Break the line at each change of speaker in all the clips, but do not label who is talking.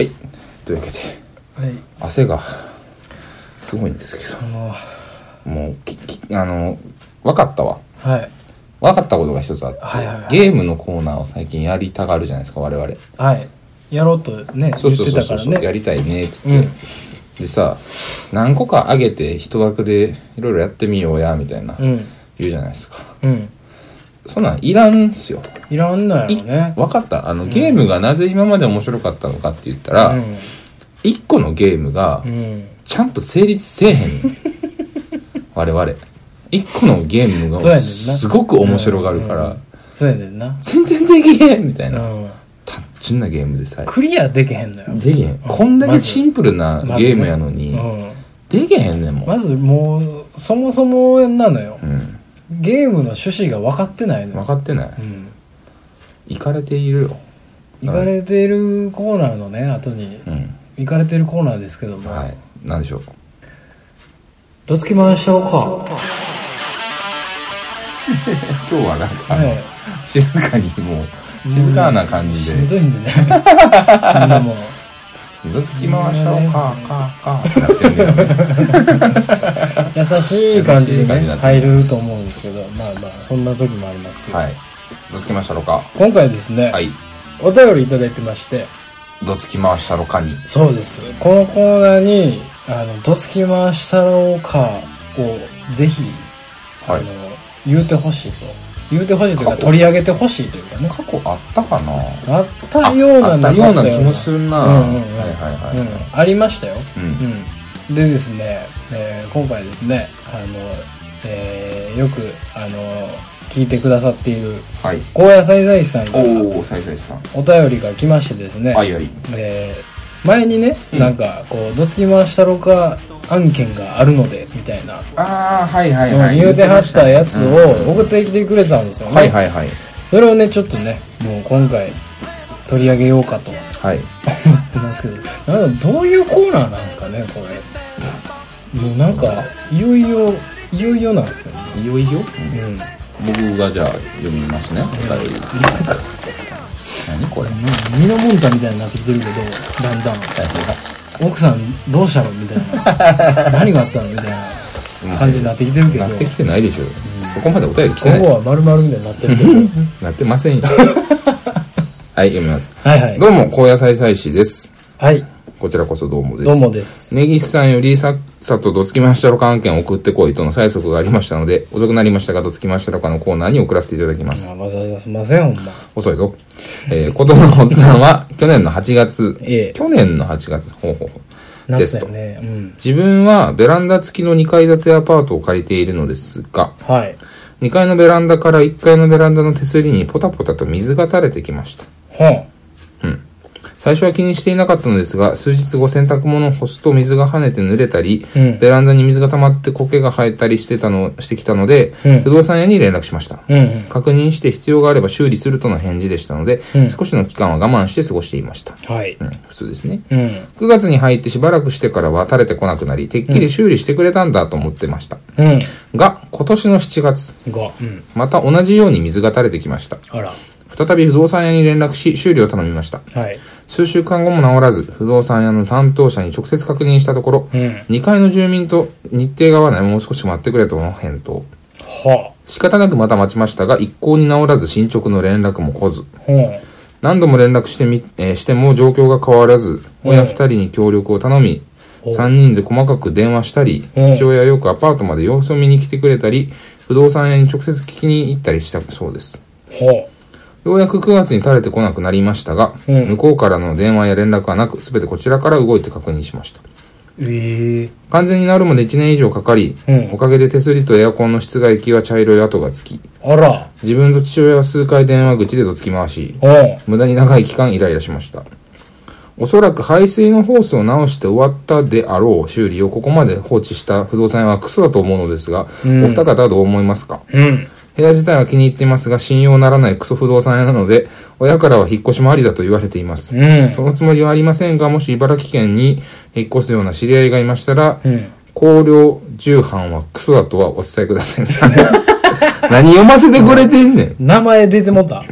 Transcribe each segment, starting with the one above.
というわけで
はい
汗がすごいんですけ
あの
どもうききあの分かったわ
はい
分かったことが一つあって、
はいはいはい
ゲームのコーナーを最近やりたがるじゃないですか我々
はいやろうとね
そ
言
う
っ
そうそ
て
う
た
そ
か
う
らね
やりたいねっつって、
うん
でさ何個か上げて一枠でいろいろやってみようやみたいな、
うん
言うじゃないですか
うん
そんなんいらんっすよ
いらんのやろ
い
ね
分かったあのゲームがなぜ今まで面白かったのかって言ったら、一個のゲームが
うんうん
ちゃんと成立せえへん 我々一個のゲーム
そうや
が
ねんな
すごく面白がるから、
うんそうやねんな
全然できへんみたいうな、
ん
単純なゲームでさえ
クリアできへんのよ
できへん、こんだけシンプルな
まずね
ゲームやのに、
うん
できへんねんもん、
まずもうそもそもなのよ
うん
ゲームの趣旨が分かってないの
分
よ
かってない
うん
行かれているよ
行かれてるコーナーのね後に
うん
行かれてるコーナーですけども
はい何でしょう
どつき回しちゃおうか
今日はなんか、
はい
静かにもう静かな感じ
し
で
んどいん でねみんなもう
どつき回しちゃおうかかかってなってるけど ね
優しい感じ
優
で
しい感じに
ね
なって
入ると思うんですけどまあまあそんな時もありますよ、
はいどつき回したろか
今回ですね、
はい
お便りいただいてまして
どつき回したろかに
そうですこのコーナーに「あのどつき回したろうか」をぜひ、
は
あ
い
の言うてほしいと言うてほしいというか
過去
取り上げてほしいというかね
過去あったかな
あったような
あったような気もす
る
るな、
うんうんう
は
ん
いはいはいはい
ありましたよ
うん
うん、でですね、えー今回ですねあの、えーよくあの聞いてくださっている
はい
高野菜財さんが
おお再生さん
お便りが来ましてですね、
はいはい
えー前にね、
うん
なんかこうどつき回したろか案件があるのでみたいな、
ああはいはいはい
言うてはったやつ
うん
を送ってきてくれたんですよね、
はいはいはい
それをねちょっとねもう今回取り上げようかと
はい
思ってますけどなんかどういうコーナーなんですかねこれもうなんかいよいよいよいよなんですけどね
いよいよ、
うん
僕がじゃあ読みますねお便り何これ
身のもんたみたいになってきてるけどだんだん奥さんどうしたのみたい な何があったのみたいな感じになってきてるけど
なって
こ
きてないでしょ、そこまでお便り来てないで
こ
す
は丸々みたいになってるけど
なってませんよはい読みます
はいはい
どうも高野菜祭司です
はい
こちらこそどうもです
どうもです
根岸さんよりさっさとどつきましたろか案件を送ってこいとの催促がありましたので遅くなりましたがどつきましたろかのコーナーに送らせていただきます
まあわざわざすいませんほんま
遅いぞ。えー、ことの発端は、去年の8月。
ええ
去年の8月。ほうほうほう。で
夏
す
だよ
と。
ねうん
自分はベランダ付きの2階建てアパートを借りているのですが、
はい
2階のベランダから1階のベランダの手すりにポタポタと水が垂れてきました。
ほん
うん。最初は気にしていなかったのですが、数日後洗濯物を干すと水が跳ねて濡れたり、
うん
ベランダに水が溜まって苔が生えたりしてたの、してきたので、
うん
不動産屋に連絡しました。
うんうん
確認して必要があれば修理するとの返事でしたので、
うん
少しの期間は我慢して過ごしていました。
はい
うん、普通ですね。
うん
9月に入ってしばらくしてからは垂れてこなくなり、てっきり修理してくれたんだと思ってました。
うん
が、今年の7月、
5うん
また同じように水が垂れてきました。
あら
再び不動産屋に連絡し、修理を頼みました。
はい
数週間後も治らず、不動産屋の担当者に直接確認したところ、
うん
2階の住民と日程が合わないもう少し待ってくれとの返答。
は
仕方なくまた待ちましたが、一向に治らず進捗の連絡も来ず、
あほん
何度も連絡してみ、えーしても状況が変わらず、
うん
親二人に協力を頼み、
うん
三人で細かく電話したり、
うん
父親はよくアパートまで様子を見に来てくれたり、不動産屋に直接聞きに行ったりしたそうです。
ほ
ようやく9月に垂れてこなくなりましたが、
うん
向こうからの電話や連絡はなく、すべてこちらから動いて確認しました。
うええ
完全になるまで1年以上かかり、
うん
おかげで手すりとエアコンの室外機は茶色い跡がつき、
あら
自分と父親は数回電話口でどつき回し、
ほん
無駄に長い期間イライラしましたおそらく排水のホースを直して終わったであろう修理をここまで放置した不動産屋はクソだと思うのですが、
うん
お二方はどう思いますか
うん
部屋自体は気に入っていますが信用ならないクソ不動産屋なので親からは引っ越しもありだと言われています、
うん
そのつもりはありませんがもし茨城県に引っ越すような知り合いがいましたら、
うん
高陵重犯はクソだとはお伝えくだ さい何読ませてくれてんねん
名前出てもた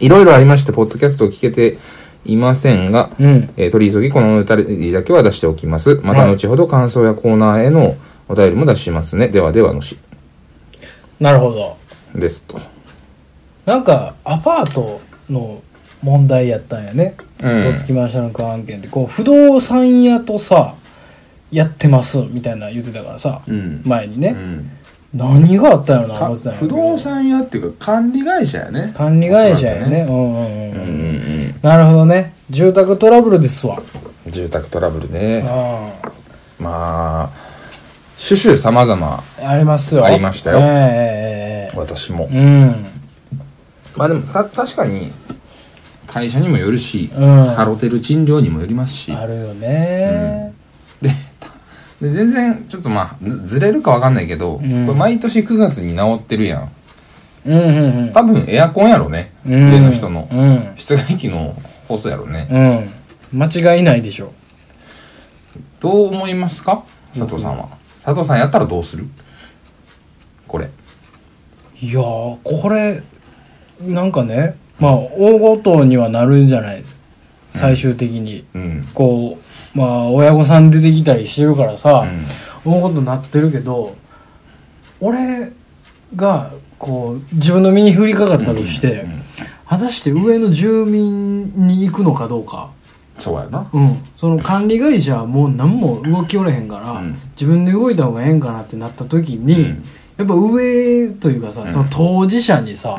いろいろありまして、ポッドキャストを聞けていませんが、
うん。
えー取り急ぎこのお便りだけは出しておきます。また
はい
後ほど感想やコーナーへのお便りも出しますね。ではではのし。
なるほど。
ですと。
なんか、アパートの問題やったんやね。
うん
どつきましたのか案件って、こう、不動産屋とさ、やってます、みたいな言ってたからさ、
ん
前に
う
ね、
ん
何があったんやろな、
か
思ってたんや
不
けど
動産屋っていうか管理会社やね
管理会社やね。
お
うんうんうん。
そらくうんうん
なるほどね。住宅トラブルですわ。
うん住宅トラブルね
あ
まあ種々様々
あ。ありますよ。
ありましたよ
えええええ
私も
えうん。
まあでもた確かに会社にもよるし、
うん
ハロテル賃料にもよりますし
あるよね、
でたで全然ちょっとまあずずれるかわかんないけど、
ん
これ毎年9月に治ってるやん
うん。うんうん
多分エアコンやろね、
うん。
家の人の、
うん。
室外機の放送やろね、
うん。間違いないでしょ。
どう思いますか佐藤さんは、佐藤さんやったらどうするこれ
いやー、これ、なんかね、まあ、大ごとにはなるんじゃない最終的に。
うん
こう、まあ、親御さん出てきたりしてるからさ、
うん
思うことになってるけど俺がこう自分の身に降りかかったとして、
うん
果たして上の住民に行くのかどうか、
そうやな
うん、その管理会社はもう何も動きおれへんから、
うん
自分で動いた方がええんかなってなった時に、
うん
やっぱ上というかさ、
うん
その当事者にさ、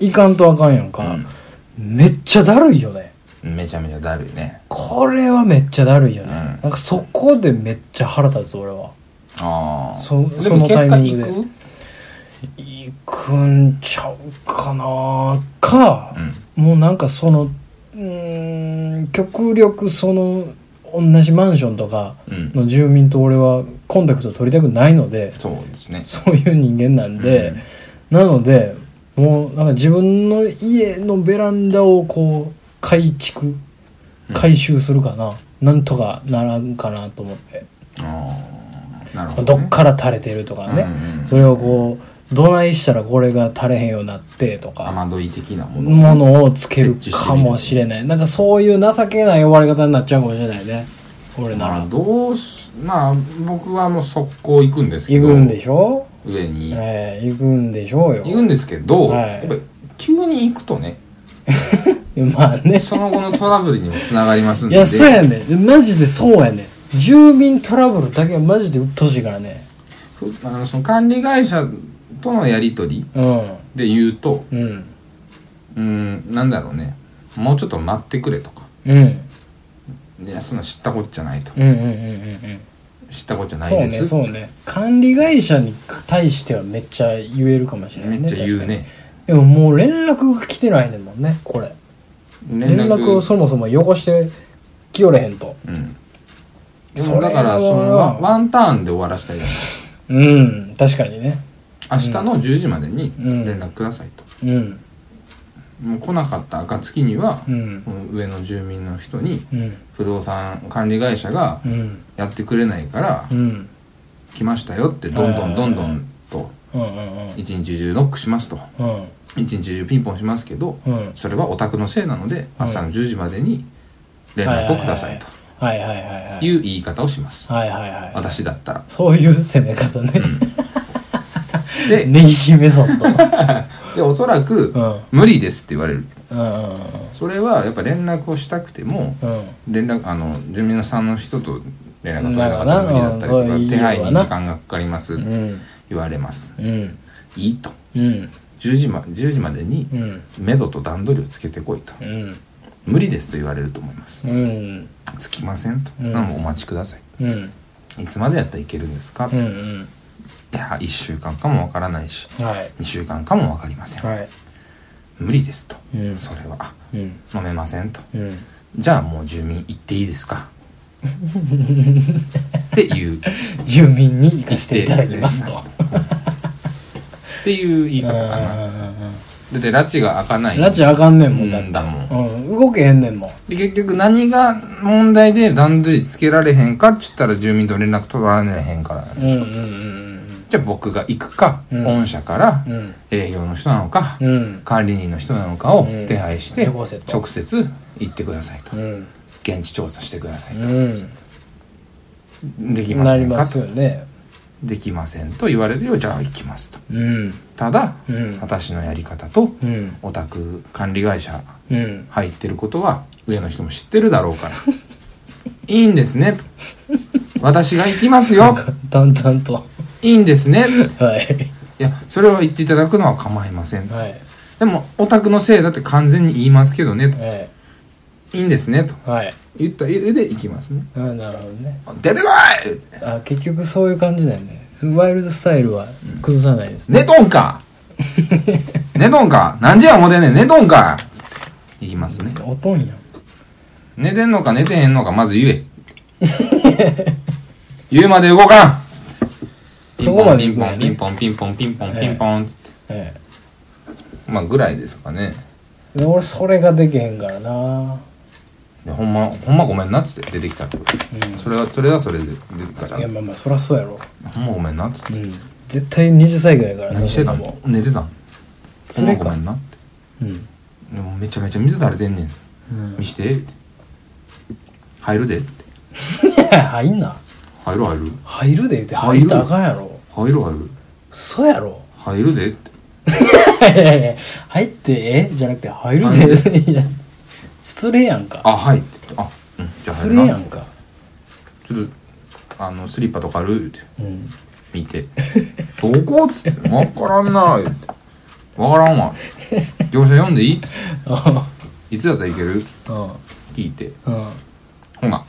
う
いかんとあかんやんか、めっちゃだるいよね
んめちゃめちゃだるいね
これはめっちゃだるいよね、
うん
なんかそこでめっちゃ腹立つ俺は。
ああ
そ
で
そ
も
の
結
タイ
果
ミングで
行く
行くんちゃうかなか
う、ん
もうなんかそのうーん極力その同じマンションとか
うん
の住民と俺はコンタクト取りたくないので
そうですね
そういう人間なんで、なのでもうなんか自分の家のベランダをこう改築改修するかな、なんとかならんかなと思って、
ああなる
まあ
ほど
ど
ね
っから垂れてるとかね、
うんうん
それをこうどないしたらこれが垂れへんようになってとか
雨どい的なもの
ものをつけるかもしれないなんかそういう情けない終わり方になっちゃうかもしれないね俺な
まあ
ら
どうしまあ僕はもう速攻行くんですけ
行
ど
くんでしょ
上に
ええ行くんでしょうよ
行くんですけど、
はい
やっぱり急に行くとね
まあね
その後のトラブルにもつながりますん
い
で
やそうやねマジでそうやね住民トラブルだけはマジで鬱陶しいからね
ふあのその管理会社とのやり取り
うん
で言うと
うん
うーんなんだろうねもうちょっと待ってくれとか
うんうん
いやそんな知ったこっちゃないと
うんうんうん
知ったこっちゃ
うん
ない
そう
で
ね
す
そうね管理会社に対してはめっちゃ言えるかもしれな
め
いね
っちゃ言うね
でももう連絡が来てないねんもんねこれ連
連
絡をそもそもよこしてきよれへんと
うんで
そ
も
れ
だから
は
そのワンワンターンで終わらせたいじゃない
うん確かにね
明日の10時までに
うん
連絡くださいと、
うん
もう来なかった暁には
う、ん
もう上の住民の人に
うん
不動産管理会社が
うん
やってくれないから
うん
来ましたよってどんどんどんどんと
うんうん
一日中ノックしますと
うんうん
一日中ピンポンしますけど
うん
それはお宅のせいなので朝の10時までに連絡をくださいと
はいはいはいはい
いう言い方をします
はいはいはい
私だったら
そういう攻め方ね
で
ネギシメソッド
でおそらく
うん
無理ですって言われる
うんうん
それはやっぱ連絡をしたくても
うん
連絡あの住民のさんの人と連絡が取れなかった
な
ら
ん
無
か
理
な
だったりと
うんそ
か
ういう
手配に
理由はな
時間がかかります
うんうん
言われます
うん
いいと
うん
10時ま10時までに
うん
目処と段取りをつけてこいと
うん
無理ですと言われると思います
うん
つきませんと、
うん
なのでお待ちくださ
うん
いいつまでやったらいけるんですか、
う
い
ん
や1週間かもわからないし
うんはい
2週間かもわかりません、
はい
無理ですと、
うん
それは
うん
飲めませんと
うん
じゃあもう住民行っていいです かっていう
住民に行かせていただきますと
っていう言い方かなだって拉致が開かない
ラチあかんねんもんだ
な
って
んだもん
うん、動けへんねんもん。
で結局何が問題で段取りつけられへんかっつったら住民と連絡取られへんから
うんうんうんうん。
じゃあ僕が行くか、
うん
御社から
うん
営業の人なのか、
うん
管理人の人なのかを
うん
手配して、
猫セット
直接行ってくださいと、
うん
現地調査してくださいと、
う
でき
ん
ま
な
せ
り
ん
ま
か
す
と
よね
できませんと言われるよじゃあ行きますと
うん
ただ、
うん
私のやり方と
うん
オタク管理会社
うん
入ってることは上の人も知ってるだろう からいいんですねと私が行きますよ
淡々と
いいんですね
はい
いやそれは言っていただくのは構いません
はい
でもオタクのせいだって完全に言いますけどねと
え
いいんですねと
えはい
言った上で行きますね
あなるほどね
出てこい
あ結局そういう感じだよねワイルドスタイルは崩さないですね
寝とん か寝とんか何時や思てんねん寝とんかつって言いますね
おとんやん
寝てんのか寝てへんのかまず言え 言うまで動かんつって
そこまで
ピ
行
ン
くん
ポ
や
ン
ね
ピンポンピンポンピンポンピンポンピンポンつって
え
まあぐらいですかね
えで俺それができへんからな
でほんまほんまごめんなっつって出てきたら
うん
それはそれはそれで出てきた
いやまあまあそりゃそうやろ
ほんまごめんなっつって
うん絶対二次災害やからな
何してた
そんなも
の寝てたのほんま
連れ
ご
か
めんなって
うん
でもめちゃめちゃ水垂れてんねん
う
見してって入るでって
ん入んな
入る入る
入るで言って入ったらあかんやろ
入る入る
そうやろ
入るでって
いやいやいや入ってえじゃなくて入るでいや失礼やんか
あはいって言ってあうんじゃあ入
失
る
礼
な
やんか
ちょっとあのスリッパとかあるって
うん
見て 「どこ?」っつって「分からんな」って「分からんわ」業者読んでいい?」
あ
いつだったらいける?」って
うん
聞いて
うん
「ほな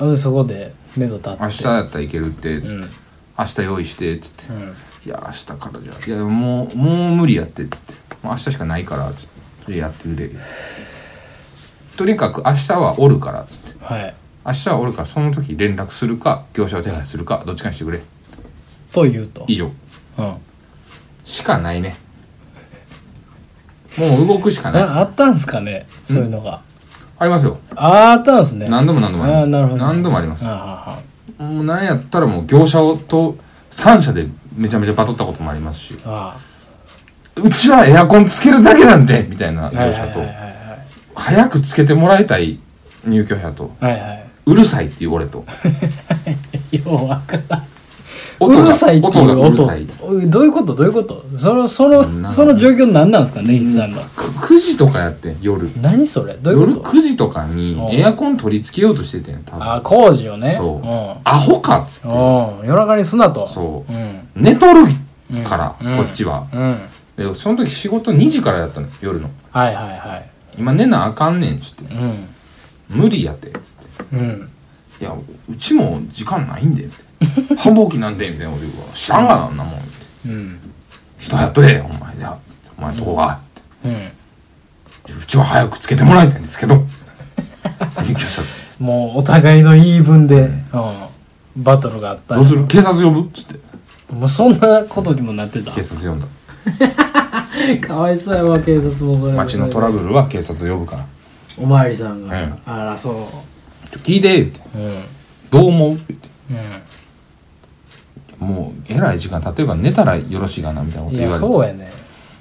あでそこで目処立って
明日だったらいけるって」つって
うん
明日用意して」っつって
うん
「いや明日からじゃいやもうもう無理やって」っつって「もう明日しかないから」つって「それやってくれ」とにかく明日はおるから」つって
はい
「明日はおるからその時連絡するか業者を手配するかどっちかにしてくれ
と言うと
以上」
うん
しかないねもう動くしかない
ああったんすかねそういうのが
ありますよ
ああったんすね
何度も何度もあります
あーなるほど
何度もあります
あああ
もうなんやったらもう業者をと3社でめちゃめちゃバトったこともありますし
あ
うちはエアコンつけるだけなんでみたいな
あはい
業者
はい
と
はいはい
早くつけてもらいたい入居者と
はいはいう
るさいっていう俺と
いようわからんう
音が
るさいっていう
音がうる
音
さい
おいどういうことどういうことそのその
な
その状況何なんですかね石さんの
く9時とかやってん夜
何それどうい
夜
うこと
9時とかに
うん
エアコン取り付けようとしててん多
あ
分
ー工事をね
そうんアホかっつって
うん夜中にすなと
そう
うん
寝とるから
う
こ
ん
っちは
うん
でその時仕事2時からやったの夜の
はいはいはい
今寝なあかんねんっつって
うん
無理やてっつって
うん
いやうちも時間ないんで みたいな繁忙期なんでみたいなこと言うから知らんがなあんなもんって
うん
人雇えよお前だつってお前どこがって
うん
うちは早くつけてもらいたいんですけどって 入居者と
もうお互いの言い分で、うんバトルがあった
どうする警察呼ぶっつって
もうそんなことにもなってた
警察呼んだ
かわいそうやわ警察もそれ
町のトラブルは警察呼ぶから
おまわりさんが、
うん
あらそ
ちょ聞いて言って
ううん
どう思うって言って
う
もうえらい時間経ってるから寝たらよろしいかなみたいなこ
ん
と
い
言
や
われて
そうやね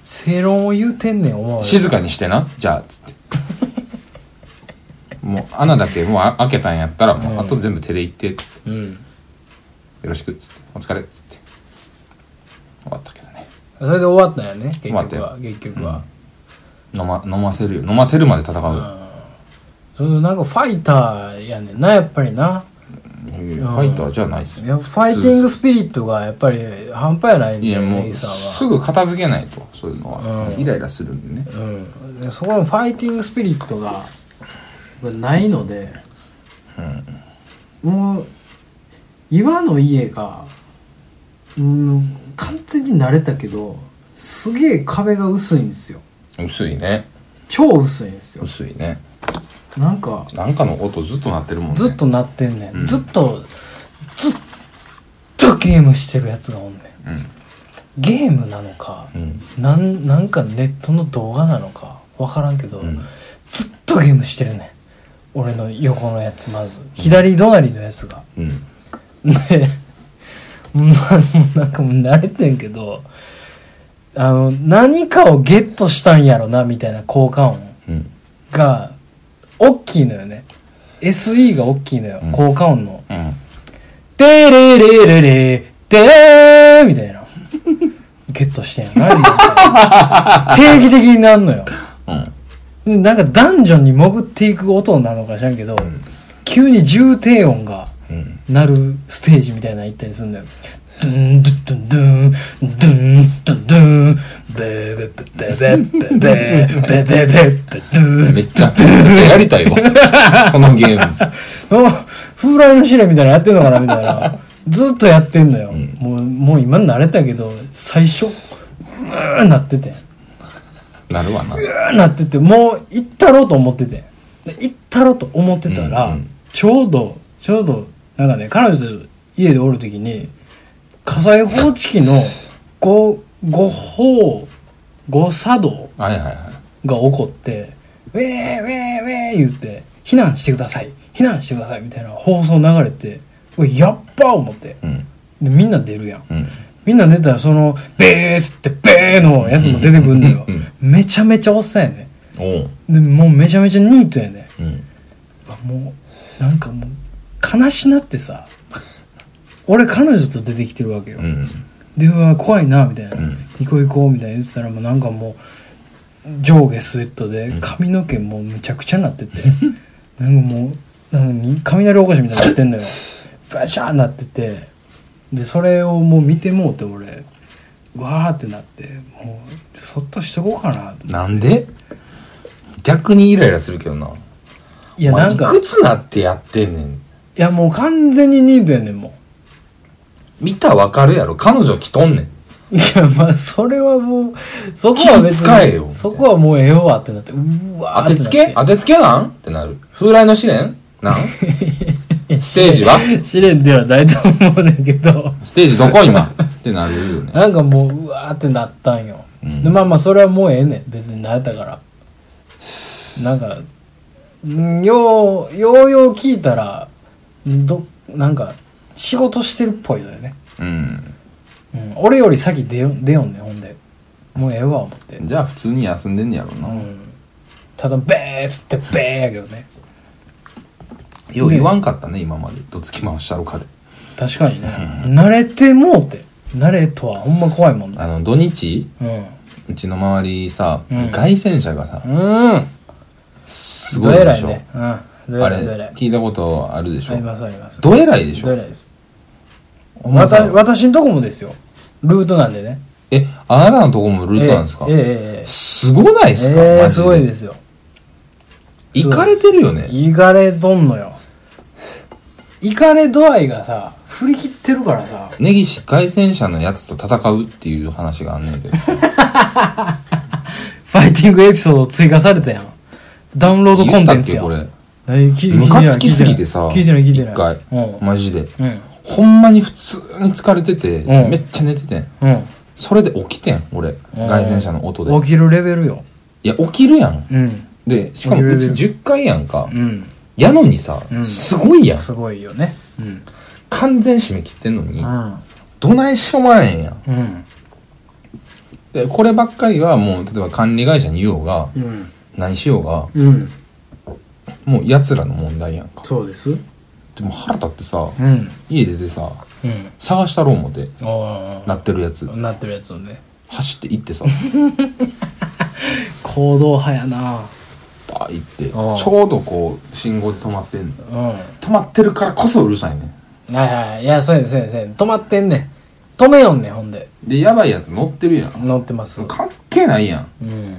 正論を言うてんねんおまわり
静かにしてなじゃあ つってもう穴だけもうあ開けたんやったらもうあと全部手でいってつって
うん
よろしくつってお疲れつって終わったけどね
それで終わったんやね結局
終わ
は結局は、
飲ま飲ませるよ飲ませるまで戦うよ、
そのなんかファイターやねんなやっぱりない
やいやファイターじゃないです
いやファイティングスピリットがやっぱり半端やないん
い
だ
や
よ
も
ね
う
イさんは
すぐ片付けないとそういうのは、
うん
イライラするんでね
うん、でそこのファイティングスピリットがないので、もう岩の家が、うん、完全に慣れたけどすげえ壁が薄いんですよ
薄いね
超薄いんですよ
薄いね
なんか
なんかの音ずっと鳴ってるもんね
ずっと鳴ってんねん、
うん
ずっとずっとゲームしてるやつがおんねん
う
ゲームなのか、
んうん
なんなんかネットの動画なのか分からんけど、
ん
ずっとゲームしてるねん俺の横のやつまず左隣のやつが
うん
でうんなんかもう慣れてんけどあの何かをゲットしたんやろなみたいな効果音
うん
が大きいのよね SE が大きいのよ、
うん
効果音の
うん
「テレレレレテレー」みたいなゲットしてんやなみたいな定期的になんのよ
うん
なんかダンジョンに潜っていく音なのか知らんけど、急に重低音が
うん
鳴るステージみたいなの行ったりするんだよ。ドゥンドゥドゥンドゥンドゥンドゥンドゥンベーベベベベベベベベベベドゥ
め
ン
っちゃ、めっちゃやりたいわ。 このゲーム。
お風来の試練みたいなのやってんのかなみ たいなずっとやってんのよ、
ん
もうもう今慣れたけど最初うーなってて
なるわな。
うーなっててもう行ったろうと思っててで行ったろうと思ってたら、
うんうん
ちょうどちょうどなんかね彼女と家でおる時に火災報知器の誤誤報誤作動
はいはいはい。
が起こって「ウェーウェーウェー」言って「避難してください避難してください」みたいな放送流れて「おいやっば!」思って
うん。
でみんな出るやん
うん。
みんな出たらその「ベー」っつって「ベー」のやつも出てくるんだよ
うんうん
めちゃめちゃおっさんやね
おう。
でもうめちゃめちゃニートやね
うん。
あもうなんかもう悲しなってさ俺彼女と出てきてるわけよ、
うん。
でうわ怖いなみたいな、
うん
行こう行こうみたいな言ってたらもうなんかもう上下スウェットで髪の毛もうむちゃくちゃなって て、なんかもうなんか雷おこしみたいになっ てんのよバシャーなっててでそれをもう見てもうて俺わーってなってもうそっとしとこうかなと
なんで逆にイライラするけどな。
いや
お前
なんか
いくつなってやってんねん。
いやもう完全にニートやねんもう
見たらわかるやろ。彼女来とんねん。
いや、まあ、それはもう、そこは別
気遣えよ
に、そこはもうええわってなって、うーわー
当て
ってなっ
つけ当てつけなんってなる。風来の試練 なんステージは
試練ではないと思うねんだけど、
ステージどこ 今ってなるよね。
なんかもう、うわーってなったんよ。
うん
でまあまあ、それはもうええねん。別に慣れたから。なんか、んよう、ようよう聞いたら、ど、なんか、仕事してるっぽいのよね。
うん。
うん、俺より先出よ出よんねん、ほんで。もうええわ、思って。
じゃあ普通に休んでんねやろ
う
な。
ん。ただ、ベーっつってベーやけどね。
よう言わんかったね、今まで。どつき回したろかで。
確かにね、慣れてもうて慣れとはほんま怖いもんな
あの、土日
うん
うちの周りさ、
うん
外旋車がさ、
うん
すごいでしょ、
どえらいねうんどえ
あ
ら
れ
いどえらい
聞いたことあるでし
あり
ょ
ますあります
どえらいでし
どえ
ょ
らいです
お前
私
さ
私のとこもですよルートなんでね
えあなたのとこもルートなんですか、
ええええええ
すごないですか、
ええ
マジ
すごいですよ
行かれてるよね
いかれどんのよいかれ度合いがさ振り切ってるからさ
根岸外旋車のやつと戦うっていう話があんねんけど
ファイティングエピソード追加されたやんダウンロードコ
言
ン
った
テ
っ
ンツ
け
やん
これ
何聞い
ムカつきすぎてさ
聞いてない聞いてない
一回、
うん
マジで
うん
ほんまに普通に疲れてて、
うん
めっちゃ寝ててん
うん
それで起きてん俺外旋車の音で、
起きるレベルよ
いや起きるやん
うん
でしかもうち10回やんか、
うん
やのにさ、
うん
すごいやん。
すごいよねうん
完全締め切ってんのに
う、ん
どないしょまえんやん。
うん
で、こればっかりはもう、例えば管理会社に言おうが、
うん
何しようが、
うん
もう奴らの問題やんか。
そうです
でも腹立ってさ、
うん
家出てさ、
うん
探したろう思て、
あ
なってるやつ
あ、なってるやつをね
走って行 ってさ、
行動派やな
バー行って、ち
ああ
ょうどこう、信号で止まってんの。
うんは
止まってるからこそうるさいね。
いはいいやそうやねそうやねそうやね止まってんねん止めよんねんほんで
で、やばいやつ乗ってるやん。
乗ってますう
関係ないやん。
ん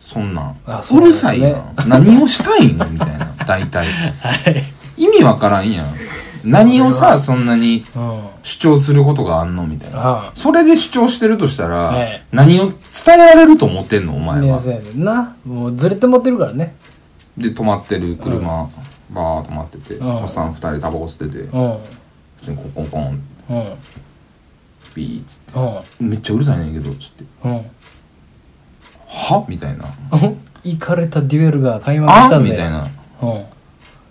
そんなん。
あそううなん
る
です
さ
ね
いやん。何をしたいのみたいな。大体。
はい
意味わからんやん。何をさ、そんなに
うん
主張することがあんのみたいな。
あ
それで主張してるとしたら、
ええ
何を伝えられると思ってんのお
あ
前
ね
は。
そうやねんなもうずれて持ってるからね
で、止まってる車、バーッ止まってて、
うん
おっさん二人タバコ吸ってて、
うん
普通にコンコンコン、
うん
ピーっつって。
うん
めっちゃうるさいねんけど、つって。
うん
はみたいな。
行かれたデュエルが開幕し
あ
た
ん
ぜ
みたいな
うん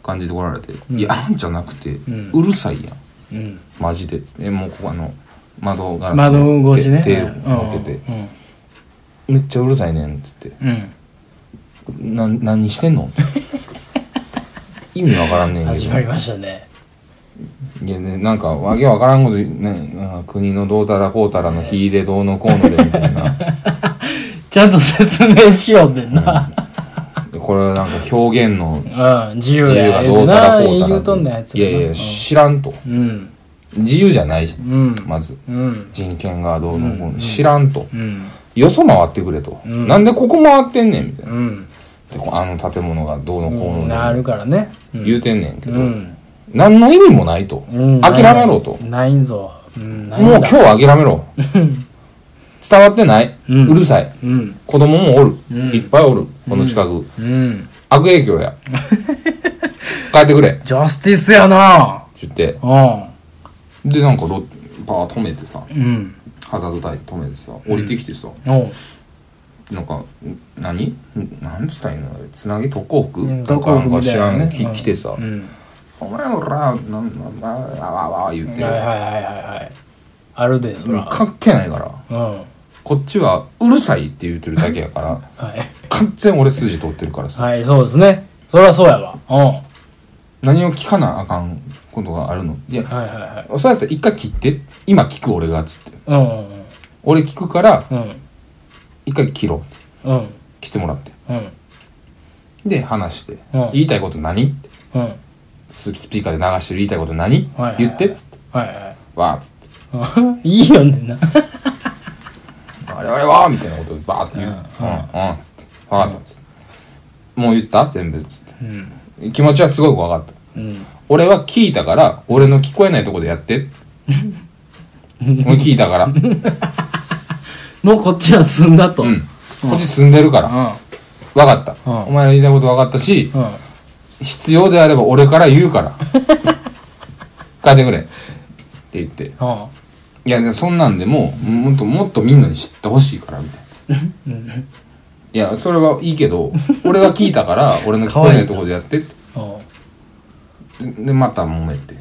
感じで来られて。
ん
いや、あんじゃなくて、
ん
うるさいやん。
うん
マジでっつってえもうここあの窓ガラス
窓越しね
手手
う
を
ん
開けて、めっちゃうるさいねん」っつって
うんう
「
ん
な何してんの? 」意味わからんねん けど
始まりましたね
いやねなんかわけわからんこと言うねなんか国のどうたらこうたらの火でどうのこうのでみたいな
ちゃんと説明しようってんな
でこれはなんか表現の
うん自由
自由が
や言
ど
う
う
て
た
な
らこうた
言うと
ら
ん
の
ねんあいつ
い
ら
や
ない
や知らんと
うん
自由じゃないじゃん
うん
まず
うん
人権がどうのこうの知らんと
うん
よそ回ってくれと、
うん
なんでここ回ってんねんみたいな
うん
でこあの建物がどうのこうので
なるからねうん
言うてんねんけど、
うん
何の意味もないと、
うん
諦めろと、
ないんぞうんないん
もう
だ
今日は諦めろ伝わってない、う
う
んるさい
うん
子供もおる、
うん
いっぱいおるこの近く、
うん
悪影響 や帰ってくれって
ジャスティスやな
言って
う
でなんかロバー止めてさ
んうん
ハザードタイ止めてさ降りてきてさ、
おう
なんか何んなんつったらいいのあれつなぎ特攻服、
うん
とかなんか知らん、
特攻服みたい
き
なね
来てさ、
うん
お前おらなんなんわわわわ言っ
は
て、
いはいはいはいはいあるでそら
関係ないから
うんは
こっちはうるさいって言ってるだけやから
い
完全俺筋通ってるからさ、
はいそうですねそりゃそうやわうんは
何を聞かなあかんことがあるのいや
いはいはい
そうやったら一回切って今聞く俺がっつって
うんうん
俺聞くから
うん
一回切ろうって
うん
来てもらって
うん
で話して、
うん
言いたいこと何って
うん
スピーカーで流してる言いたいこと何、
はいはいはい
言ってっつって
はいはい
わーっつって
うんいいよねな
我々はみたいなことをバーって言うて、うん、うん、つって、わかった、つって。もう言った全部、つっ
うん
て。気持ちはすごく分かった。
うん
俺は聞いたから、俺の聞こえないとこでや って。俺聞いたから。うん。
もうこっちは進んだとうん
こっち住んでるから。
う
分かった。
うん
お前の言いたいこと分かったし、
ん
必要であれば俺から言う から。帰ってくれ。って言って。
うん
いや、でもそんなんでもう、もっともっとみんなに知ってほしいから、みたいな。いや、それはいいけ ど、俺は聞いたから、俺の聞こえないとこでやってって。
うん
でまた揉めて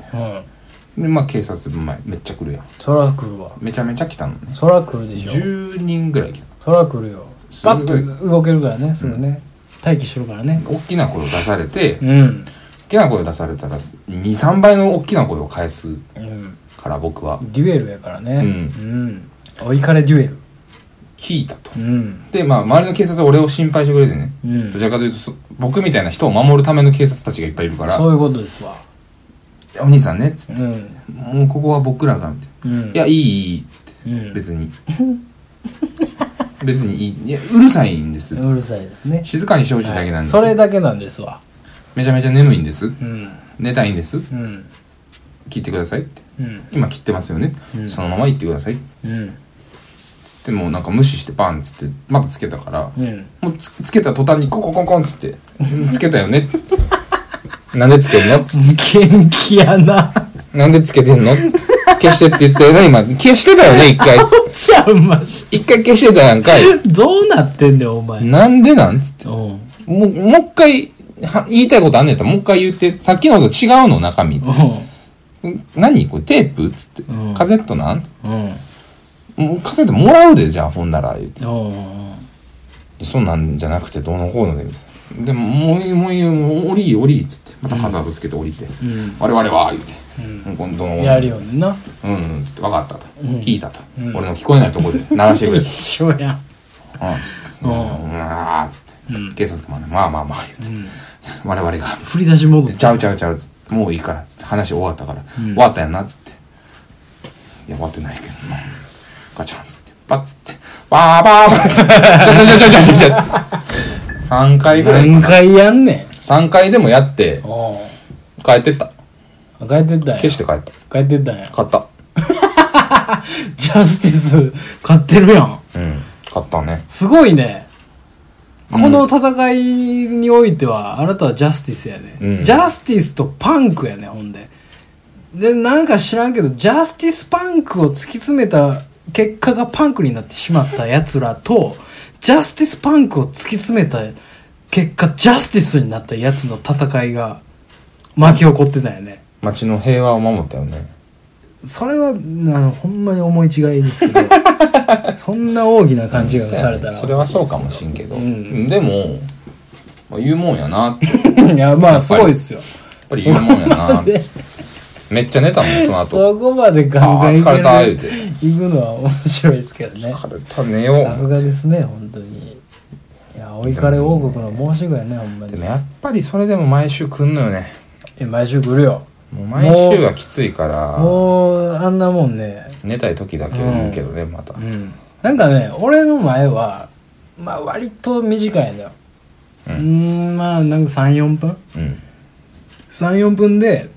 うん
でまあ警察前めっちゃ来るやん
そら来るわ
めちゃめちゃ来たのね
そら来るでしょ
10人ぐらい来た
そら来るよ
すご
パ
い
ッと動けるからねすぐね待機してるからね
大きな声を出されて
う
大
ん
きな声を出されたら23倍の大きな声を返す
うん
から僕は
デュエルやからね
う
うんお怒れデュエル
聞いたと
うん
でまあ周りの警察は俺を心配してくれてね
うん
どちらかというとそ僕みたいな人を守るための警察たちがいっぱいいるから
そういうことですわ
「お兄さんね」っつって
うん
「もうここは僕らが」みたいな
うん
「いやいいいい」っつって
うん
別に別にいいいやうるさいんです
うるさいですね
静かにしてほしいだけなんです
それだけなんですわ
めちゃめちゃ眠いんです
うん
寝たいんです
うん
切ってくださいって
うん
今切ってますよね、
うん
そのまま言ってくださいっ
うん
つってもうなんか無視してバンっつってまたつけたから、
うん
もうつつけた途端にコンコンコンコンっつってうんつけたよね ってなんでつけんの
元気やな
なんでつけてんの消してって言ったよね今消してたよね一回
ちゃうまし
一回消してたやんかい
どうなってんだよお前うん
なんでなんつってもうもう一回は言いたいことあんねやったらもう一回言ってさっきのと違うの中身っつってん何これテープっつって、
うん
カセットなんつって
うんうん
もうカセットもらうでじゃあほんなら言って
うん
そんなんじゃなくてどうのこうのでみたいなでももういいもういいもう降りい降りいっつってまたハザードつけて降りて、
うん
我々は言って、うん、今度の
やるよねな
うんうんつって分かったと、聞いたと、
ん
俺の聞こえないところで鳴らしてくれ
一
と
緒や
うんつっ
ん
てうんうんあーっつって、警察官もねまあまあまあ言って、我々が
振り出し戻っ
ちゃうちゃうちゃうっつってもういいからっつって話終わったから、終わったやんなっつっていや終わってないけどなガチャンっつってパッつってバーバーバーっつってちょちょちょちょちょちょっつって3回ぐらい
何回やんね
3回でもやって
んお
帰ってった
う帰ってったんや
消して帰った
帰ってったんや
買った
ジャスティス買ってるやん
うん買ったね
すごいねこの戦いにおいてはあなたはジャスティスやね、
うん
ジャスティスとパンクやねほんででなんか知らんけどジャスティスパンクを突き詰めた結果がパンクになってしまったやつらとジャスティスパンクを突き詰めた結果ジャスティスになったやつの戦いが巻き起こってたよね
街の平和を守ったよね
それはなほんまに思い違いですけ どそんな大きな勘違いをされたら、
それはそうかもしんけど、
うん
でも、まあ、言うもんやなってやっ
いやまあすごいですよ
ぱり言うもんや なって
で
めっちゃ寝たもんその後
そこまで考
ああ
え
ー疲れた言う
て
て
行くのは面白いですけどね
疲れた寝よ
さす
う
がですね本当にいやお怒り王国の申し子やねほんま
で
に
もやっぱりそれでも毎週来んのよね
え毎週来るよ
もう毎週はきついから
もうあんなもんね
寝たい時だけは言うけどねまた
うんなんかね俺の前はまあ割と短いんだよう
うん
んまあなんか34分
うん
34分で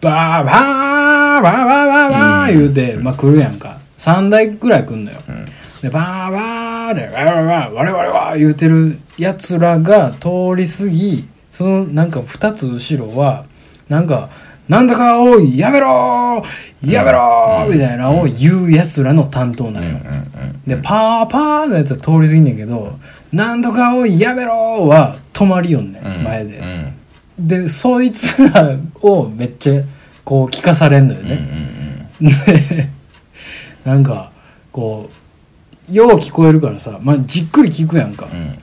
バーバーバーバーバーバー言うて、まあ来るやんか3台ぐらい来んのよ
うん
でバーバーでバーバーバー我々は言うてるやつらが通り過ぎそのなんか2つ後ろはなんかなんだかおいやめろーやめろー、
うん
みたいなのを言うやつらの担当な
うんう
のよ、
ん
でパーパーのやつは通り過ぎんねんけどなんとかおいやめろーは止まりよんね、
うん
ん、前
う
で、
ん
でそいつらをめっちゃこう聞かされんのよ
うんうんう
ね、
ん
で なんかこうよう聞こえるからさ、まあ、じっくり聞くやんか
うん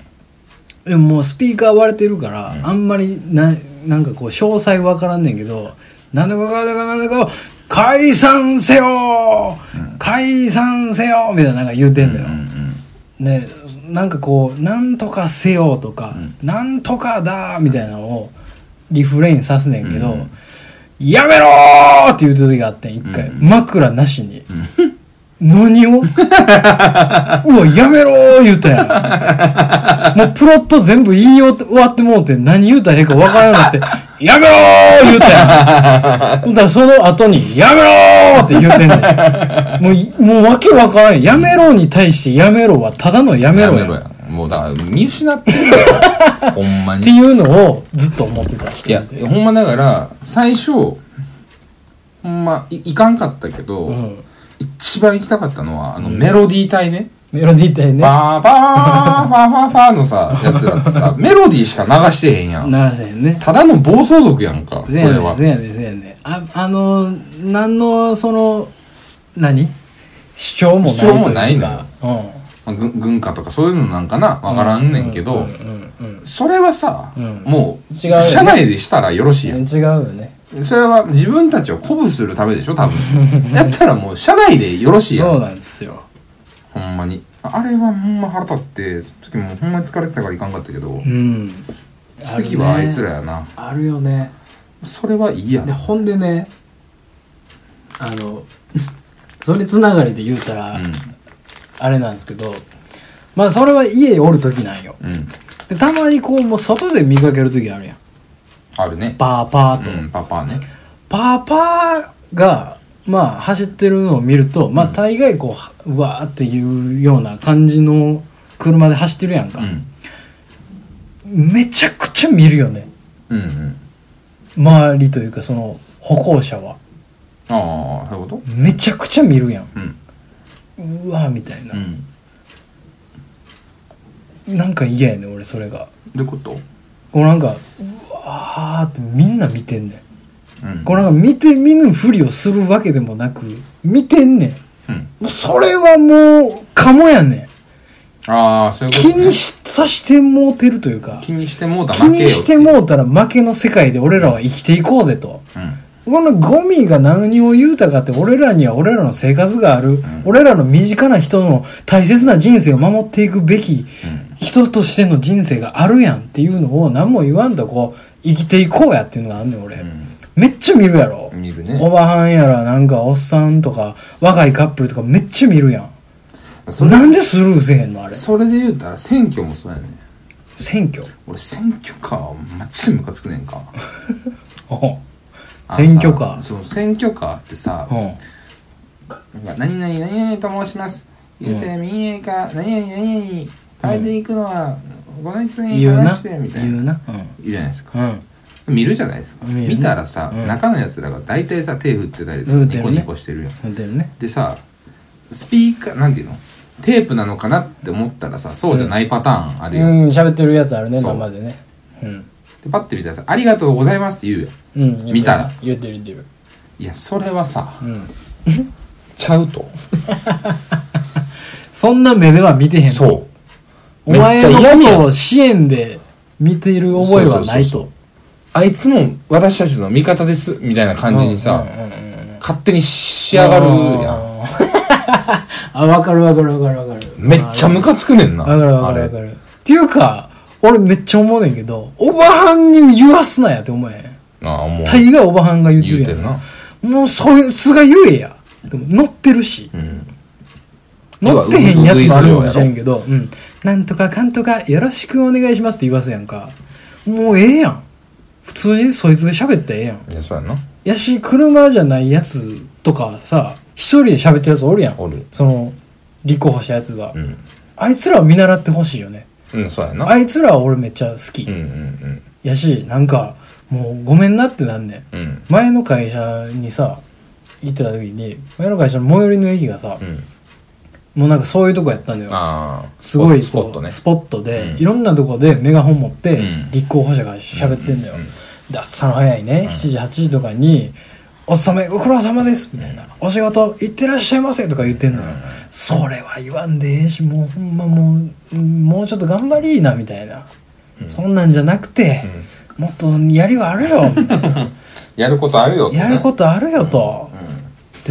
でももうスピーカー割れてるから、
うん
あんまりななんかこう詳細わからんねんけどなんだかかんだかなんだかを解散せよ、解散せよみたいななんか言うてんだよ、ねなんかこう「なんとかせよ」とか「なんとかだ」みたいなのをリフレインさすねんけど
う
「
ん
やめろ!」って言う時があってん一回、
うん
枕なしに「何 を? 」うわやめろー言うたやんもうプロット全部言い終わってもうて何言うたらええか分からなくなって「やめろー!」言う たやんほんだらその後に「やめろー!」って言うてんねんもうい、もうわけわからん。やめろに対してやめろはただのやめ
や
ろ
め
や
ろ
っ
やもうだから見失ってるよ ほんま
て
にい
いうのをずっと思ってた人
や
で。
ほんまだから最初ほんまいいかんかったけど、
うん。
一番行きたかったのはあのメロディー体ね、
メロディー体ね。
バーバーファーファーファーのさやつらって さメロディーしか流してへんやん
ならせんね。
ただの暴走族やんかそ
せ
れ
やね
は
せやねせやね。あ、あの、なんの、その、何主張もないとうか。
主張もないのよ
うん。
まあぐ軍歌とかそういうのなんかなわからんねんけど、
うんうんうん
それはさ、
うん
もう
違うよね
社内でしたらよろしいや
うん
ん
違うよね。
それは自分たちを鼓舞するためでしょ多 分やったらもう社内でよろしいや
そうんなんですよ。
ほんまにあれはほんま腹立ってその時もほんまに疲れてたからいかんかったけど、
うん。
次はあいつ
ら。
らやな
あるよね。
それはいいや
で
な
ほんでねあの それつながりで言うたら、あれなんですけどまあそれは家におる時なんよ
うんうん
でたまにこうもう外で見かける時あるやん
あるね
パーパーと、
うんパパね
パーパーがまあ走ってるのを見るとまあ大概こう、うわーっていうような感じの車で走ってるやん
う
か、
ん
めちゃくちゃ見るよね
うんうん
周りというかその歩行者は
ああそういうこ
めちゃくちゃ見るやん
とうん
うわーみたいな、
うん
なんか嫌やねん俺それが
どういうこと
こうなんかうわーってみんな見てんね
うん
んこうなんか見て見ぬふりをするわけでもなく見てんねん
うん
もうそれはもうかもやねん
ああそういうこと
気
ね、
にしさしてもうてるというか
気にしてもうた
気
負け
に
よ
してもうたら負けの世界で俺らは生きていこうぜと
うん
このゴミが何を言うたかって俺らには俺らの生活がある、俺らの身近な人の大切な人生を守っていくべき
うん
人としての人生があるやんっていうのを何も言わんとこう生きていこうやっていうのがあんねん俺、めっちゃ見るやろ
うん、見るね
おばはんやらなんかおっさんとか若いカップルとかめっちゃ見るやん
それ
なんでスルーせえへんのあれ
それで言うたら選挙もそうやね
選挙
俺選挙カーマジでムカつくねんか
選挙カー
あのさそう選挙カーってさ
うん
なんか何々何々と申します優勢民営化何々何々変えていくのはこの人に
言う
話
な
してみたい
言
な
うな
言うじゃないですか
うんうん
見るじゃないですか
見るね
見たらさ
うん
中のやつらが大体さ手振ってたりとか
振って
ニ
る
コ
ね
ニコしてるよ
ほんとよね
でさスピーカーなんていうのテープなのかなって思ったらさそうじゃないパターンあ
う
るよ
ん喋ってるやつあるね
そう
生でねうん
でパッて見たらさ「ありがとうございます」って言うよ
うん
見たら
言うてる言うてる
いやそれはさ
うん、
ちゃうと
そんな目では見てへんと
そう
お前の
めっちゃ嫌
こ
みや
とを支援で見ている覚えはない
そう
と
あいつも私たちの味方ですみたいな感じにさ、
うんうんうんうん
勝手に仕上がるやん
あー あわかるわかるわかるわかる
めっちゃムカつくねんな
わかるわ
あ
かるわ
れ
かるっていうか俺めっちゃ思うねんけどおばはんに言わすなやって思えへん
ああもう
大概おばはんが言って
言う
る
て
や
るな、
んもうそいつが言えやでも乗ってるし
うん、
乗ってへんやつもあるかもしれん
け
けど、うん、なんとかかんとかよろしくお願いしますって言わすやんかもうええやん普通にそいつが喋ったらええやん
いやそうやな
やし車じゃないやつとかさ一人で喋ってるやつおるやん
おる
その立候補したやつが、
うん、
あいつらは見習ってほしいよね
うん、そうやな
あいつらは俺めっちゃ好き、
うんうん
やしなんかもうごめんなってなんねん
うんうん
前の会社にさ行ってた時に前の会社の最寄りの駅がさ、
うん
もうなんかそういうとこやったのよ
ああ
すごい
スポ
こ
ッ
う
トね
スポットで、
うん
いろんなとこでメガホン持って、
うん
立候補者が喋ってんだよ、
う
だっさの早いね、
ん
7時8時とかに「おっさめご苦労様です」みたいな「お仕事行ってらっしゃいませ」とか言ってんのよ、それは言わんでええしもうほんまもうもうちょっと頑張りーなみたいな、そんなんじゃなくて、もっとやりはあ るよみたいな
やることあるよ
やることあるよと、
と、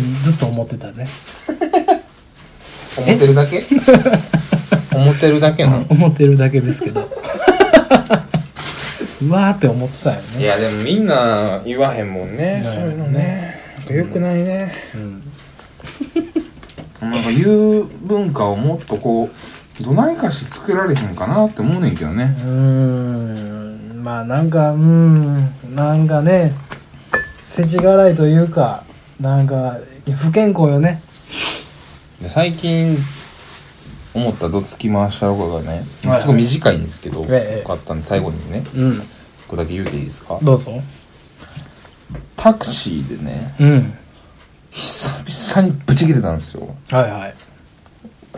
うん、
ってずっと思ってたね
思ってるだけ思ってるだけなの
思ってるだけですけ どうわーって思ってたよ
い
ね、
やでもみんな言わへんもんね
ね
そういうのねなんかよくないね、
うん
なんか言う文化をもっとこうどないかし作られへんかなって思うねんけど
う
ね
ーんまあなんかうーんなんかね世知辛いというかなんか不健康よね
で最近思ったどつき回した動画がね
はいはい
すごい短いんですけど、
ええ
よかったんで最後にね
うん
これだけ言うていいですか
どうぞ
タクシーでね
うん
久々にブチ切れたんですよ
はいはい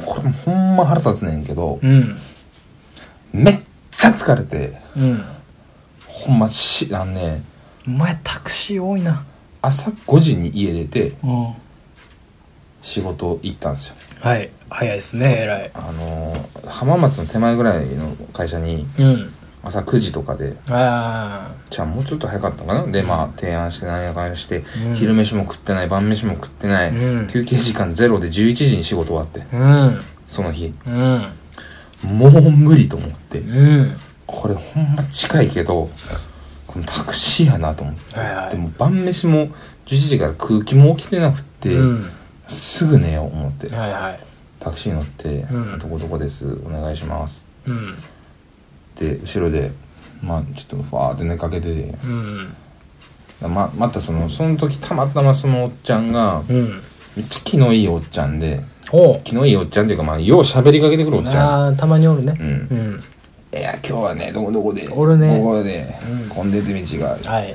これもほんま腹立つねんけど
うん
めっちゃ疲れて
うん
ほんましあのね
お前タクシー多いな
朝5時に家出て
うん
仕事行ったんですよ
はい早いですね偉い
あのー浜松の手前ぐらいの会社に
うん
朝9時とかで
あ
じゃあもうちょっと早かったかなでまあ提案して何やかんやして、
うん
昼飯も食ってない晩飯も食ってない、
うん
休憩時間ゼロで11時に仕事終わって
あうん
その日
うん
もう無理と思って
うん
これほんま近いけどこのタクシーやなと思って、
はいはい
でも晩飯も11時から空気も起きてなくって、
うん
すぐ寝よう思って
はいはい
タクシー乗って
うん
「どこどこですお願いします」
うん
で後ろでまあちょっとファーって寝かけてて
うん
ままたそのその時たまたまそのおっちゃんが
うん
めっちゃ気のいいおっちゃんで
おう
気のいいおっちゃんっていうかまあよう喋りかけてくるおっちゃん
あーたまにおるね
うん
うん
「いや今日はねどこどこで
俺ね
ここで
うん
混んでて道がある
はい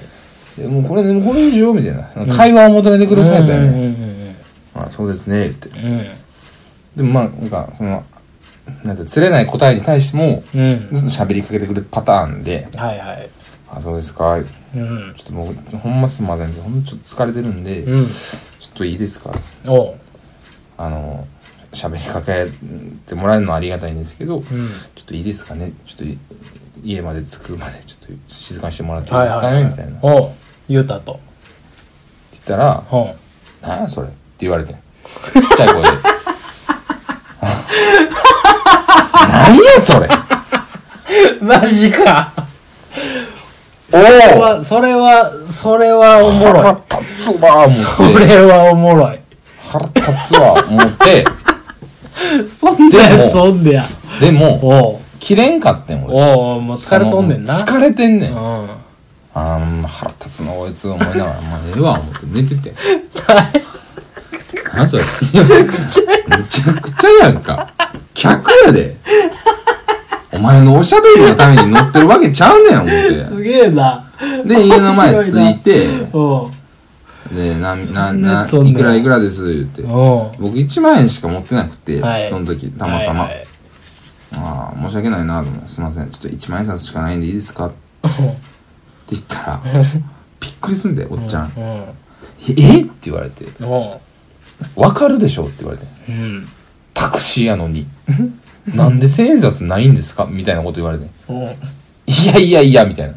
でもうこれでもこれ以上」みたいな会話を求めてくるタイプや
うん
ね
う
「
ん
あそうですね」って
うんうん
でもまあなんかそのなんて釣れない答えに対しても
うん
ずっと喋りかけてくるパターンで
はいはい。
「あそうですか」
うん
ち。ょっともうほんますんませんほんとちょっと疲れてるんで、
うん
ちょ。っといいですか
おう。
あの喋りかけてもらえるのはありがたいんですけど、ちょ
うん。
っといいですかねちょっとい家まで着くまでちょっと静かにしてもらっていい
は
で
い
す
は
か
い、は
ね
い。
みたいなって
おう。言うたと。
言ったら
おう。
「何やそれ」って言われてちっちゃい声で「何やそれ
マジ か。
お
それ
お
は、それは、それはおもろ い。
腹立つわ」
そ
思って
れはおもろい。
腹立つわ思って
そんな
で
や
も
つおんでや。
でも
おう。
切れんかってん俺
おう、もう疲れとんねんな。
その疲れてんねん
うん。
あーまあ腹立つなこいつ思いながら「まあええわ」思って寝てて何それめちゃくちゃめちゃくちゃやんか客やでお前のおしゃべりのために乗ってるわけちゃうねん思っ
すげえな。
てで家の前着いて
おう。
でなな
そんな
な
やつおんね
いくらいくらです言って
おう。
僕1万円しか持ってなくて、
はい
その時たまたま、
はいはい
ああ申し訳ないなと思ってすいませんちょっと1万円札しかないんでいいですかって言ったらびっくりすんだよおっちゃん
う
「
ん。
えって言われて、
おう
わかるでしょって言われて、
うん
タクシーやのに、 なんで千円札ないんですかみたいなこと言われて、
おう
いやいやいや、みたいな。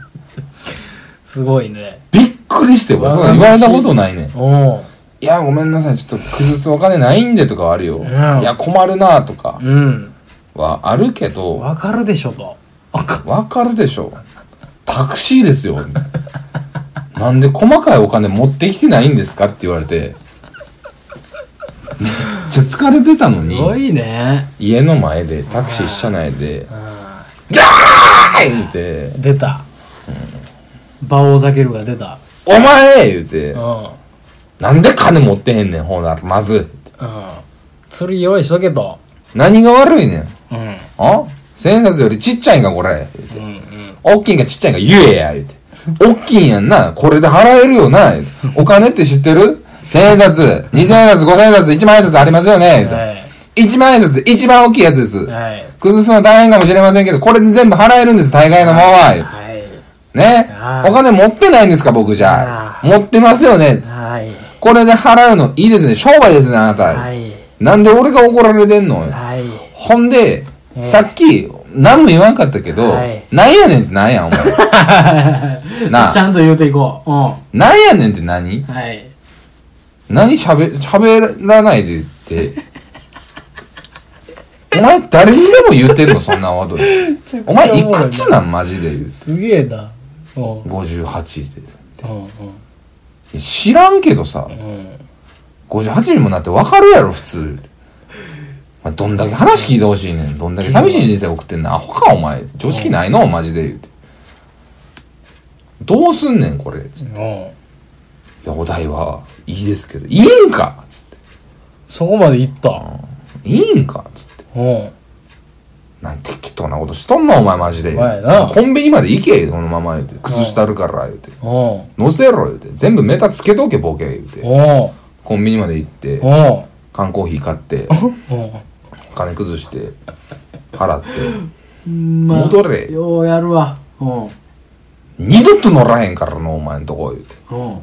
すごいね
びっくりして、そんな言われたことないねん。
おう
いや、ごめんなさい、ちょっと崩すお金ないんでとかはあるよ。
ん
いや、困るなとか
うん
はあるけど、
わかるでしょとわか
わかるでしょ。タクシーですよ。みたいななんで細かいお金持ってきてないんですかって言われて、めっちゃ疲れてたの
すご
に、
いね
家の前で、タクシー車内で、
う
はい言うて、
ん出た馬王ザケルが出た
お前言うて
う、んうん
なんで金持ってへんねん、ほなら、まず。
釣り用意しとけと
何が悪いねん。
うん
あ千円札よりちっちゃいんか、これ。
うんうん
大きいんかちっちゃいんか言えや、言うて。大きいんやんな。これで払えるよな。言うてお金って知ってる千円札、二千円札、五千円札、一万円札ありますよね。言うて
は
一万円札、一番大きいやつです
い。はい
崩すのは大変かもしれませんけど、これで全部払えるんです、大概のまま。言うて
はい
ね
は。い
お金持ってないんですか、僕じゃ
は。い
持ってますよね。
はい
これで払うのいいですね。商売ですね、あなた。
はい
なんで俺が怒られてんの言うて
はい
ほんで、
ええ
さっき、何も言わんかったけど、
はい
なんやねんってなんや、お前。 なあ
ちゃんと言うていこうう
なんやねんって何
んはい
何喋、喋らないでって。お前誰にでも言ってんの、そんなワード で。お前いくつなん、マジで言う。
すげえなうんうん
58で
うん
いや。知らんけどさ、
うん
58にもなってわかるやろ、普通。お前どんだけ話聞いてほしいねん。どんだけ寂しい人生送ってんの。アホか、お前。常識ないの、マジで言うて。どうすんねん、これ。つって
うん
いや、お題はいいですけど、いいんかつって。
そこまで行った
いいんかつって。
うん
なんて適当なことしとんのお前マジで。
お前な
コンビニまで行けこのまま言うて。崩してあるから言うて。
うん
乗せろ言うて。全部メタつけとけボケ言うて。
うん
コンビニまで行って、
うん
缶コーヒー買って、
う
金崩して、払って、
ん、まあ
戻れ
ようやるわうん
二度と乗らへんからのお前んとこ言うて。
うん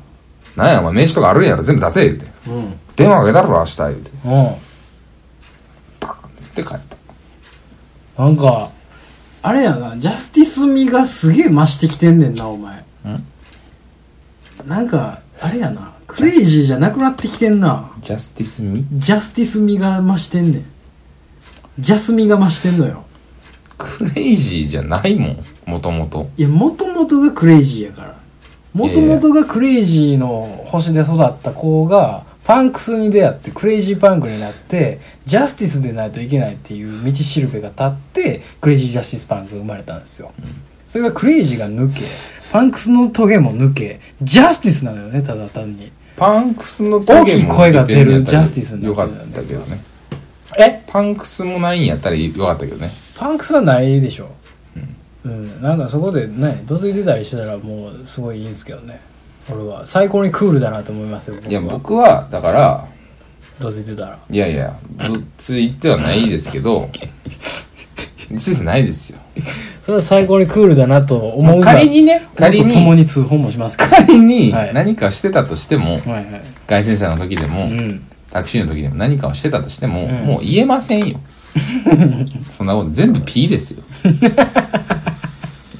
なんやお前名刺とかあるんやろ全部出せ言うて。
うん
電話かけたろ明日言うて。
うん
バーンって帰った。
なんかあれやなジャスティス味がすげえ増してきてんねんなお前なんかあれやなクレイジーじゃなくなってきてんな
ジャスティスミ
ジャスティス味が増してんねんジャス味が増してんのよ
クレイジーじゃないもん。もともと。
いやもともとがクレイジーやからもともとがクレイジーの星で育った子がパンクスに出会ってクレイジーパンクになってジャスティスでないといけないっていう道しるべが立ってクレイジージャスティスパンクが生まれたんですよ、それがクレイジーが抜けパンクスのトゲも抜けジャスティスなのよねただ単に
パンクスの
大きい声が出るジャスティスにな
よ
って
か
る
ったけどね
え
パンクスもないんやったらよかったけどね
パンクスはないでしょうん、なんかそこでねどついてたりしてたらもうすごいいいんですけどね俺は最高にクールだなと思いますよ僕はい
や僕はだから
どついてたら
いやいやぶっついてはないですけ どついてないですよ
それは最高にクールだなと思うが
仮にね仮
仮と共
に
に通報もしますから
仮に
はい
何かしてたとしても、
はいはい
外線車の時でも、
うん
タクシーの時でも何かをしてたとしても、
ん
もう言えません よそんなこと全部 P ですよ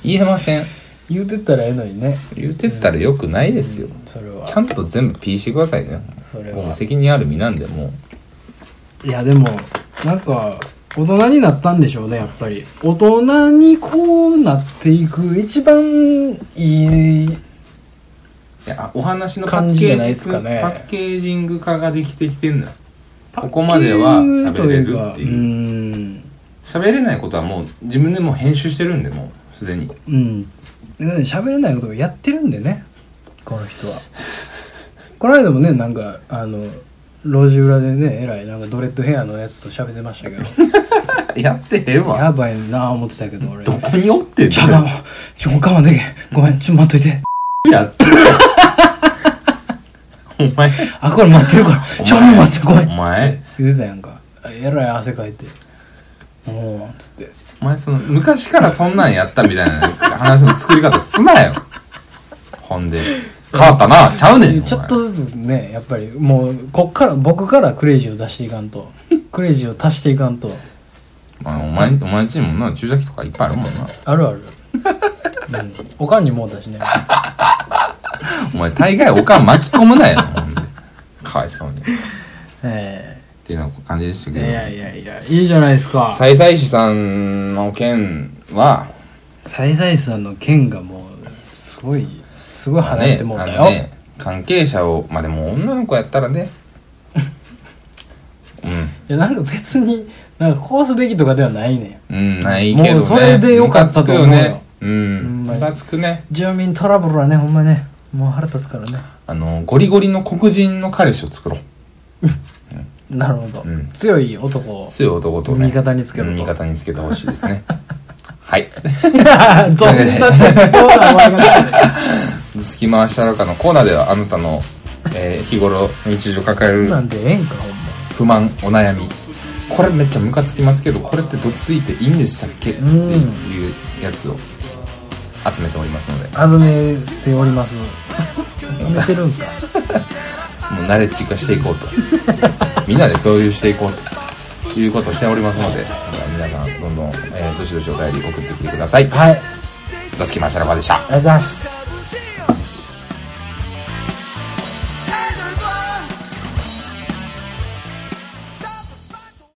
言えません
言うてったらええのにね
言うてったらよくないですよ、
それは
ちゃんと全部 P してくださいね
それは
もう責任ある身なんでもう
いやでもなんか大人になったんでしょうねやっぱり大人にこうなっていく一番いい
いやお話のパ
感
ッ
じじ
ケ
ゃない
ー
で
ジ
す
化
かね
パッケージング化ができてきてんのよ
こ
ここまでは喋れるっていう
うん
喋れないことはもう自分でもう編集してるんでもうすでに
うんなんで喋れないことをやってるんでねこの人はこの間もねなんかあの路地裏でねえらいなんかドレッドヘアのやつと喋ってましたけど
やってへんわ
やばいなぁ思ってたけど俺。ち
ど
ょ、
こにおってんの
我慢、ちょ、我慢できへん。ごめん、ちょ、待っといて。
やってるよお前
あ、これ待ってるから。ちょ、もう待って、ごめ
お
ん。
前
言うてたやんか。えらい汗かいて。おうつって。
お前その昔からそんなんやったみたいな話の作り方すなよほんで変わったなちゃうねん
ちょっとずつねやっぱりもうこっから僕からクレイジーを出していかんとクレイジーを足していかんと
お前,、まあ、お前お前んちにもな注射器とかいっぱいあるもんな
あるある、 うん、おかんにもうたしね
お前大概おかん巻き込むなよほんでかわいそうにっ
え
ていうような感じでした
え
け
いや
ど
いやいやいいじゃないですか
さいさい師さんの件は
サイサイさんの剣がもうすごいすごい
まあ
離
ね
れてもうた
あの
よ、
ね関係者をまあでも女の子やったら ねうん
いやなんか別になんかこうすべきとかではないねん
うん、ないけどね。
もうそれでよかったと思うよ
ムカつくね。う
ほ
ん。
んまに
ムカつくね。
住民トラブルはねほんまねもう腹立つからね
あの、ゴリゴリの黒人の彼氏を作ろう。
なるほど、
うん
強い男 を
強い男とね。
味方につけろと
うん味方につけてほしいですね。 はい。
どんな適当な笑い方
つき回しゃらかのコーナーでは、あなたの、えー日頃、日常抱え
そんな
る
んでええんかほんま
不満、お悩み。これめっちゃムカつきますけど、これってどついていいんでしたっけって
うん
いうやつを集めておりますので、
あずめてお ります集めてるんすか
もうナレッジ化していこうとみんなで共有していこうということをしておりますので皆さんどんどん、えーどしどしお便り送ってきてください
はいありがとう
座敷ましゃらばでした
ございます